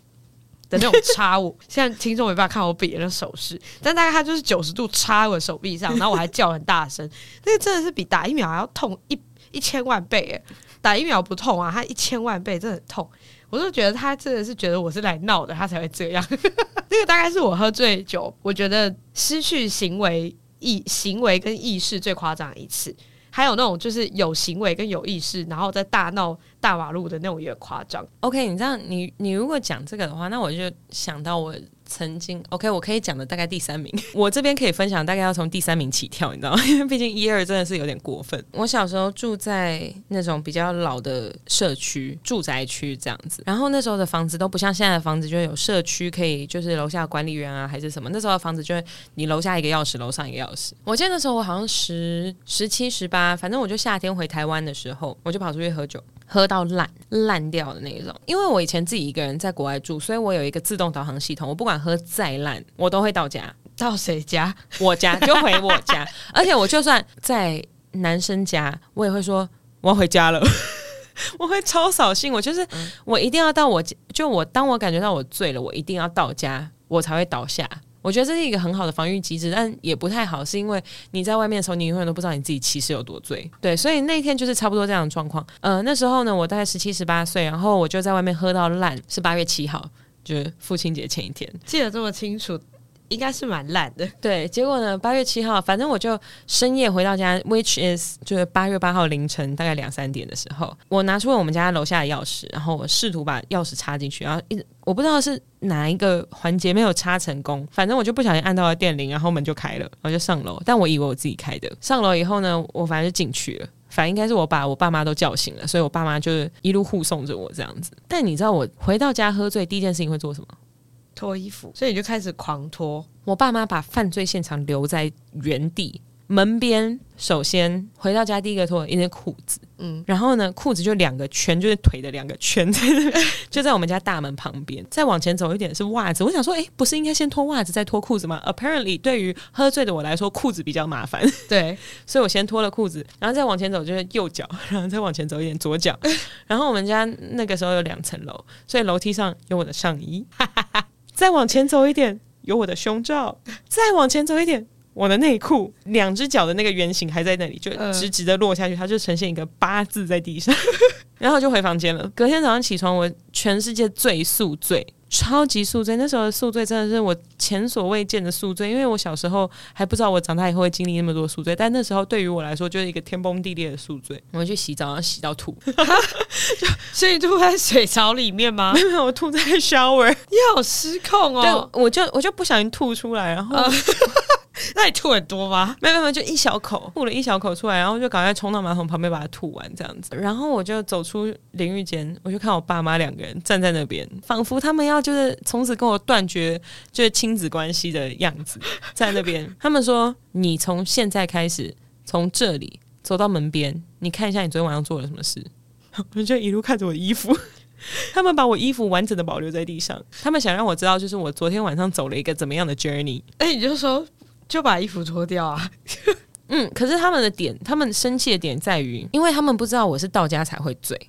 B: 的那种插我， 现在听众没办法看我比的那手势，但大概他就是九十度插我的手臂上，然后我还叫很大声，那个真的是比打疫苗还要痛一一千万倍耶！打疫苗不痛啊，他一千万倍真的很痛。我就觉得他真的是觉得我是来闹的，他才会这样。 那个大概是我喝醉酒，我觉得失去行为意行为跟意识最夸张的一次。还有那种就是有行为跟有意识，然后再大闹大马路的那种也夸张。
A: OK，你这样，你你如果讲这个的话，那我就想到我曾经 OK，我可以讲的大概第三名， 我这边可以分享大概要从第三名起跳，你知道吗？ 因为毕竟一二真的是有点过分。我小时候住在那种比较老的社区住宅区这样子，然后那时候的房子都不像现在的房子，就有社区可以就是楼下管理员啊还是什么，那时候的房子就会你楼下一个钥匙，楼上一个钥匙。我记得那时候我好像十十七、十八，反正我就夏天回台湾的时候，我就跑出去喝酒，喝到烂烂掉的那一种。因为我以前自己一个人在国外住，所以我有一个自动导航系统，我不管喝再烂，我都会到家，
B: 到谁家？
A: 我家就回我家，而且我就算在男生家，我也会说我要回家了。 我会超扫兴，我就是、我一定要到我家就我当我感觉到我醉了，我一定要到家，我才会倒下。我觉得这是一个很好的防御机制，但也不太好，是因为你在外面的时候，你永远都不知道你自己其实有多醉。对，所以那天就是差不多这样的状况。呃，那时候呢，我大概十七、十八岁，然后我就在外面喝到烂，是八月七号，就是父亲节前一天。
B: 记得这么清楚，应该是蛮烂的。
A: 对，结果呢，八月七号，反正我就深夜回到家，which is 就是八月八号凌晨大概两三点的时候，我拿出了我们家楼下的钥匙，然后我试图把钥匙插进去，然后一直我不知道是哪一个环节没有插成功，反正我就不小心按到了电铃，然后门就开了，然后就上楼，但我以为我自己开的，上楼以后呢，我反正就进去了。反正应该是我把我爸妈都叫醒了，所以我爸妈就是一路护送着我这样子。但你知道我回到家喝醉第一件事情会做什么？
B: 脱衣 服，所以你就开始狂脱。
A: 我爸妈把犯罪现场留在原地门边。首先回到家第一个脱的一件裤子，嗯，然后呢，裤子就两个圈， 就是腿的两个圈，在那边就在我们家大门旁边。再往前走一点是袜子，我想说，诶，不是应该先脱袜子再脱裤子吗？Apparently，对于喝醉的我来说，裤子比较麻烦，
B: 对，
A: 所以我先脱了裤子，然后再往前走就是右脚， 然后再往前走一点左脚。然后我们家那个时候有两层楼，所以楼梯上有我的上衣， 再往前走一点有我的胸罩，再往前走一点。我的内裤，两只脚的那个圆形还在那里，就
B: 嗯
A: 直直的落下去，它就呈现一个八字在地上。 然后就回房间了。隔天早上起床，我全世界最宿醉，超级宿醉。那时候的宿醉真的是我前所未见的宿醉，因为我小时候还不知道我长大以后会经历那么多宿醉，但那时候对于我来说就是一个天崩地裂的宿醉。我去洗澡，然后洗到吐，
B: 所以吐在水槽里面吗？
A: 没 有，我吐在 shower，、
B: 你好失控 哦！
A: 对，我就我就不小心吐出来，然后、
B: 呃那你吐很多吗？
A: 没有没有，没有就一小口，吐了一小口出来，然后就赶快冲到马桶旁边把它吐完，这样子。然后我就走出淋浴间，我就看我爸妈两个人站在那边，仿佛他们要就是从此跟我断绝就是亲子关系的样 子，在那边。他们说：“你从现在开始，从这里走到门边，你看一下你昨天晚上做了什么事。”我就一路看着我的衣服。 他们把我衣服完整的保留在地上，他们想让我知道，就是我昨天晚上走了一个怎么样的 journey。
B: 哎，你就说就把衣服脱掉啊！
A: 嗯，可是他们的点，他们生气的点在于，因为他们不知道我是到家才会醉，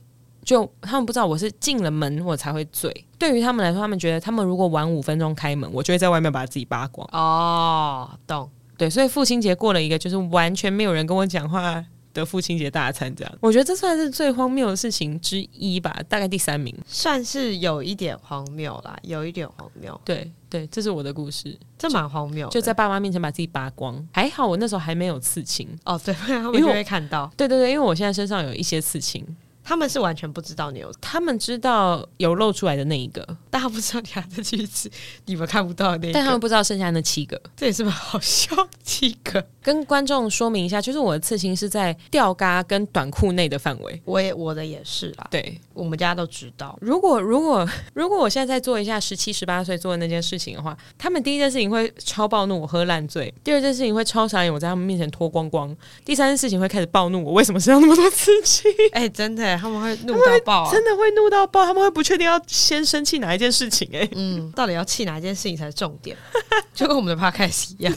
A: 就他们不知道我是进了门我才会醉。对于他们来说，他们觉得他们如果晚五分钟开门，我就会在外面把自己扒光。
B: 哦，懂。
A: 对，所以父亲节过了一个就是完全没有人跟我讲话的父亲节大餐，这样我觉得这算是最荒谬的事情之一吧，大概第三名。
B: 算是有一点荒谬啦，有一点荒谬，
A: 对对，这是我的故事，
B: 这蛮荒谬的。
A: 就在爸妈面前把自己扒光，还好我那时候还没有刺青。
B: 哦，对，不然他
A: 因为
B: 们就
A: 我
B: 会看到，
A: 对对对，因为我现在身上有一些刺青，
B: 他们是完全不知道你有，
A: 他们知道有露出来的那一个，
B: 但他不知道你还在去吃，你们看不到的那一个。
A: 但他们不知道剩下那七个。
B: 这也是蛮好笑的一个。
A: 跟观众说明一下，就是我的刺青是在吊嘎跟短裤内的范围。
B: 我也我的也是啦，
A: 对，
B: 我们家都知道。
A: 如果如果如果我现在再做一下十七、十八岁做的那件事情的话，他们第一件事情会超暴怒我喝烂醉，第二件事情会超傻眼我在他们面前脱光光，第三件事情会开始暴怒我为什么身上那么多刺青，
B: 哎、真的耶，他们会怒到爆、啊。
A: 真的会怒到爆，他们会不确定要先生气哪一件事情哎、
B: 嗯，到底要气哪一件事情才是重点？ 就跟我们的 podcast 一样。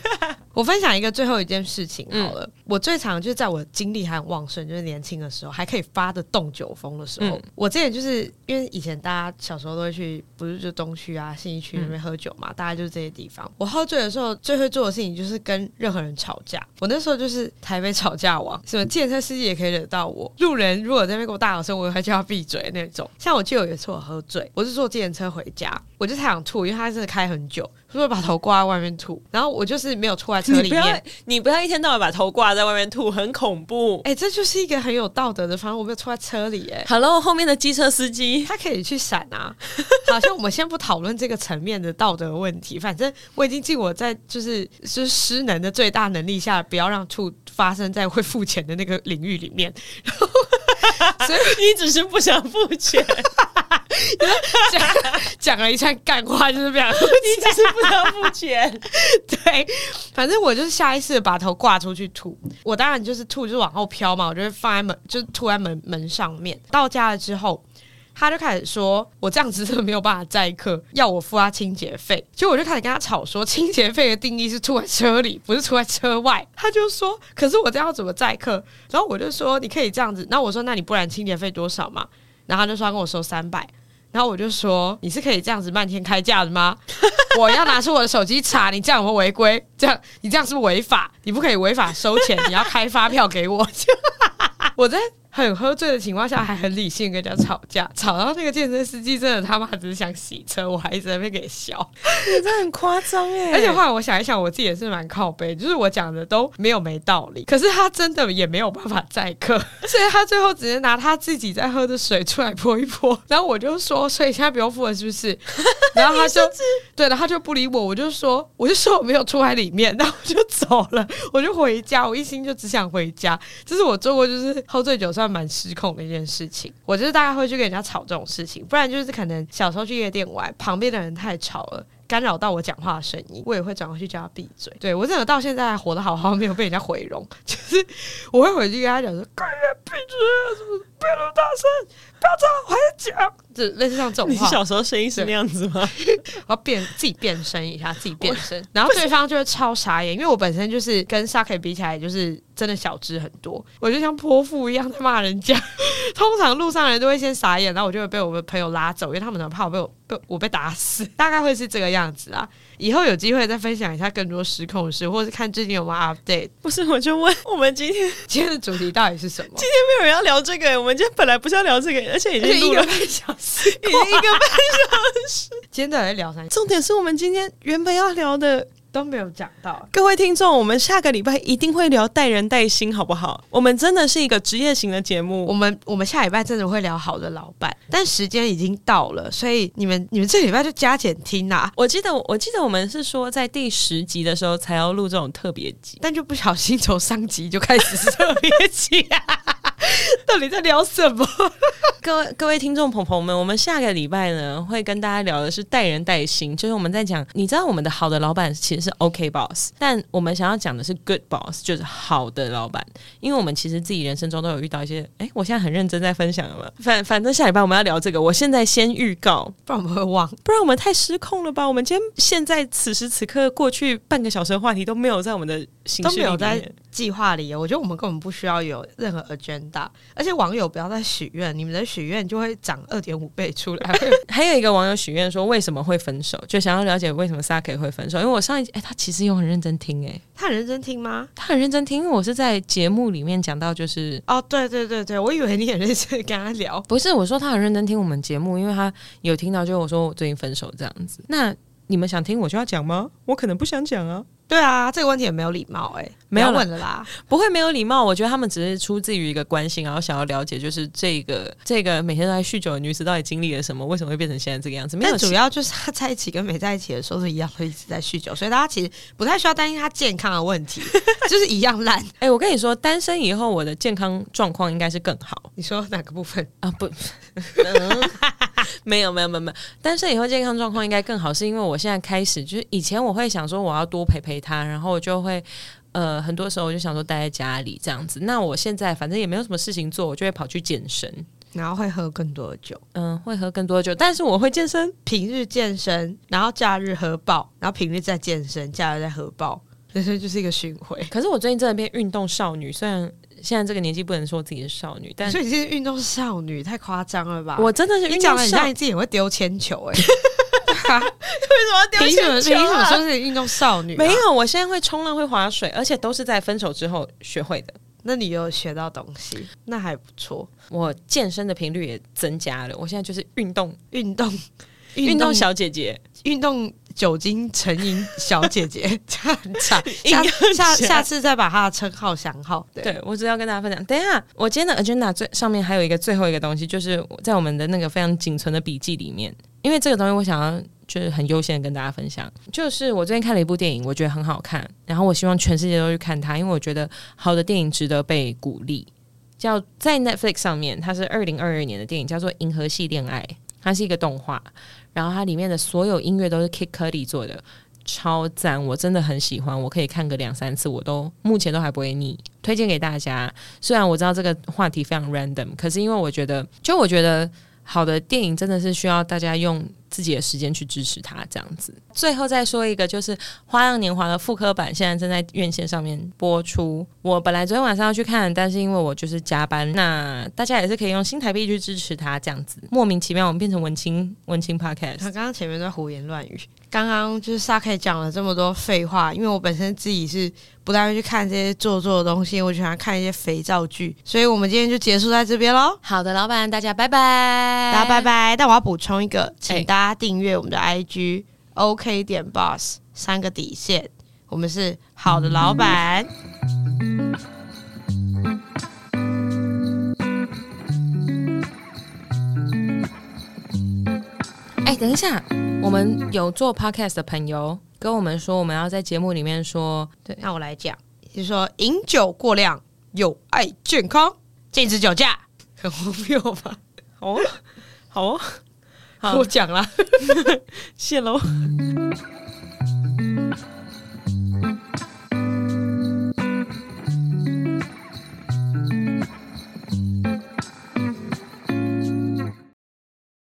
B: 我分享一个最后一件事情好了，我最常就是在我精力还很旺盛，就是年轻的时候，还可以发得动酒疯的时候，
A: 嗯
B: 我之前就是因为以前大家小时候都会去，不是就东区啊、信义区那边喝酒嘛，大家就是这些地方。我喝醉的时候最会做的事情就是跟任何人吵架。我那时候就是台北吵架王，什么健身司机也可以惹到我，路人如果在那边给我大小声，我还叫他闭嘴那种。像我记得有一次我喝醉，我是坐计程车回家，我就太想吐，因为他真的开很久，所以我把头挂在外面吐，然后我就是没有吐在车
A: 你
B: 里
A: 不
B: 面
A: 要。你不要一天到晚把头挂在外面吐，很恐怖。
B: 哎、这就是一个很有道德的，反正我没有吐在车里、哎。
A: Hello，后面的机车司 机，
B: 他可以去闪啊。 好像我们先不讨论这个层面的道德问题，反正我已经尽我在就是就是失能的最大能力下，不要让处发生在会付钱的那个领域里面。
A: 你只是不啊想付钱。
B: 讲讲了一串干话，就是不想付
A: 你只是不想付 钱。
B: 对，反正我就是下意识地把头挂出去吐，我当然就是吐就是往后飘嘛，我就会放在门，就是吐在门门上面。到家了之后。他就开始说：“我这样子真的没有办法载客，要我付他清洁费。”结果我就开始跟他吵说：“清洁费的定义是吐在车里，不是吐在车外。”他就说：“可是我这样要怎么载客？”然后我就说：“你可以这样子。”然后我说：“那你不然清洁费多少嘛？”然后他就说：“他跟我收三百。”然后我就说：“你是可以这样子漫天开价的吗？” 我要拿出我的手机查你这样有没有违规？这样 你这样是不是违法，你不可以违法收钱，你要开发票给我。我在很喝醉的情况下还很理性地跟人家吵架，吵到那个健身司机真的他妈只是想洗车，我还一直在那边给笑。
A: 真的很夸张哎
B: 而且后来我想一想，我自己也是蛮靠背，就是我讲的都没有没道理，可是他真的也没有办法载客， 所以他最后只是拿他自己在喝的水出来泼一泼，然后我就说，所以现在不用付了是不是？ 然后他就对，然后他就不理我，我就说，我就说我没有出来里面，然后我就走了，我就回家，我一心就只想回家，这是我做过就是喝醉酒算蛮失控的一件事情。我就是大概会去跟人家吵这种事情，不然就是可能小时候去夜店玩，旁边的人太吵了。干扰到我讲话的声音，我也会转过去叫他闭嘴。对我真的到现在还活得好好，没有被人家毁容， 就是我会回去跟他讲说：“快点闭嘴啊，什么不要那么大声，不要这样，我还在讲。”这类似像这种
A: 你
B: 话，
A: 小时候声音是那样子吗？
B: 我要变自己变身一下，自己变身，然后对方就会超傻眼，因为我本身就是跟 s a k 比起来，就是真的小只很多，我就像泼妇一样在骂人家。 通常路上人都会先傻眼，然后我就会被我们朋友拉走，因为他们很怕我被我被我被打死， 大概会是这个样子啊。以后有机会再分享一下更多失控的事，或者是看最近有没有 update。
A: 不是，我就问我们今天
B: 今天的主题到底是什么？
A: 没有人要聊这个，我们今天本来不是要聊这个，而且已
B: 而且
A: 经
B: 一
A: 录
B: 个
A: 了
B: 半小时，
A: 已经一个半。
B: 今天到底在聊啥
A: 重点是我们今天原本要聊的，
B: 都没有讲到。
A: 各位听众，我们下个礼拜一定会聊带人带心，好不好？我们真的是一个职业型的节目，
B: 我们我们下礼拜真的会聊好的老板，但时间已经到了，所以你们你们这礼拜就加减听啊啦、
A: 我记得，我记得我们是说在第十集的时候才要录这种特别集。
B: 但就不小心从上集就开始特别集、啊， 到底在聊什么？
A: 各位各位听众朋友们，我们下个礼拜呢会跟大家聊的是带人带心，就是我们在讲，你知道我们的好的老板其实是 OK boss，但我们想要讲的是 good boss，就是好的老板，因为我们其实自己人生中都有遇到一些，哎，我现在很认真在分享了嘛，反反正下礼拜我们要聊这个，我现在先预告，
B: 不然我们会忘。
A: 不然我们太失控了吧？我们今天现在此时此刻过去半个小时的话题都没有在我们的形
B: 都
A: 式
B: 没有
A: 里
B: 在
A: 面
B: 计划里，我觉得我们根本不需要有任何 agenda，而且网友不要再许愿，你们的许愿就会涨二点五倍出来。
A: 还有一个网友许愿说，为什么会分手？就想要了解为什么 Saki 会分手。因为我上一集，哎、他其实有很认真听、哎，
B: 他很认真听吗？
A: 他很认真听，因为我是在节目里面讲到，就是
B: 哦，对对对对，我以为你很认真地跟他聊，
A: 不是我说他很认真听我们节目，因为他有听到，就是我说我最近分手这样子。那你们想听我就要讲吗？我可能不想讲啊，
B: 对啊，这个问题很没有礼貌哎、
A: 没有
B: 不
A: 啦
B: 要问了啦。
A: 不会没有礼貌。我觉得他们只是出自于一个关心，然后想要了解，就是这个这个每天都在酗酒的女子到底经历了什么，为什么会变成现在这个样子？没有
B: 但主要就是他在一起跟没在一起的时候是一样，会一直在酗酒，所以大家其实不太需要担心他健康的问题，就是一样烂。
A: 哎、我跟你说，单身以后我的健康状况应该是更好。
B: 你说哪个部分？
A: 啊不，嗯 没有没有没有没有，但是以后健康状况应该更好，是因为我现在开始就是以前我会想说我要多陪陪他，然后我就会。呃，很多时候我就想说待在家里这样子。那我现在反正也没有什么事情做，我就会跑去健身。
B: 然后会喝更多的酒，
A: 嗯、会喝更多酒，但是我会健身。
B: 平日健身，然后假日喝爆，然后平日再健身，假日再喝爆，人生就是一个循环。
A: 可是我最近真的变运动少女，虽然现在这个年纪不能说自己是少女，但
B: 所以你是运动少女，太夸张了吧？
A: 嗯我真的是
B: 你
A: 运
B: 讲
A: 动
B: 了，你
A: 少
B: 让
A: 女
B: 你。自己也会丢铅球哎、
A: 为
B: 凭什
A: 什么
B: 么？
A: 要
B: 凭什么说是运动少女、
A: 啊
B: 啊
A: 没，有，我现在会冲浪，会划水，而且都是在分手之后学会的。
B: 那你有学到东西，那还不错。
A: 我健身的频率也增加了，我现在就是运动
B: 运动，
A: 运动小姐 姐，
B: 运动酒精成瘾小姐姐，这样很惨。
A: 硬要
B: 下下
A: 讲
B: 下次再把她的称号想好。对，
A: 对我只要跟大家分享。等一下，我今天的 agenda 最上面还有一个最后一个东西，就是我在我们的那个非常仅存的笔记里面，因为这个东西我想要就是很优先的跟大家分享，就是我最近看了一部电影，我觉得很好看，然后我希望全世界都去看它，因为我觉得好的电影值得被鼓励。叫在 Netflix 上面，它是二零二二年的电影，叫做《银河系恋爱》，它是一个动画，然后它里面的所有音乐都是 Kid Cudi 做的，超赞，我真的很喜欢，我可以看个两三次，我都目前都还不会腻，推荐给大家。虽然我知道这个话题非常 random，可是因为我觉得，就我觉得好的电影真的是需要大家用自己的时间去支持它，这样子。最后再说一个，就是《花样年华》的复刻版现在正在院线上面播出。我本来昨天晚上要去看，但是因为我就是加班，那大家也是可以用新台币去支持它，这样子。莫名其妙，我们变成文青文青 podcast。
B: 她刚刚前面在胡言乱语，刚刚就是 s a k 讲了这么多废话，因为我本身自己是不太会去看这些做作的东西，我喜欢看一些肥皂剧，所以我们今天就结束在这边喽。
A: 好的，老板，大家拜拜，
B: 大家拜。拜。但我要补充一个，
A: 哎
B: 请大家订阅我们的 IG、OK 点 Boss 三个底线，我们是好的老板。
A: 哎、等一下，我们有做 podcast 的朋友跟我们说，我们要在节目里面说，对，
B: 那我来讲，就是说饮酒过量有害健康，禁止酒驾，很荒谬吧？
A: 好哦，好哦，好
B: 我讲了。
A: 谢喽。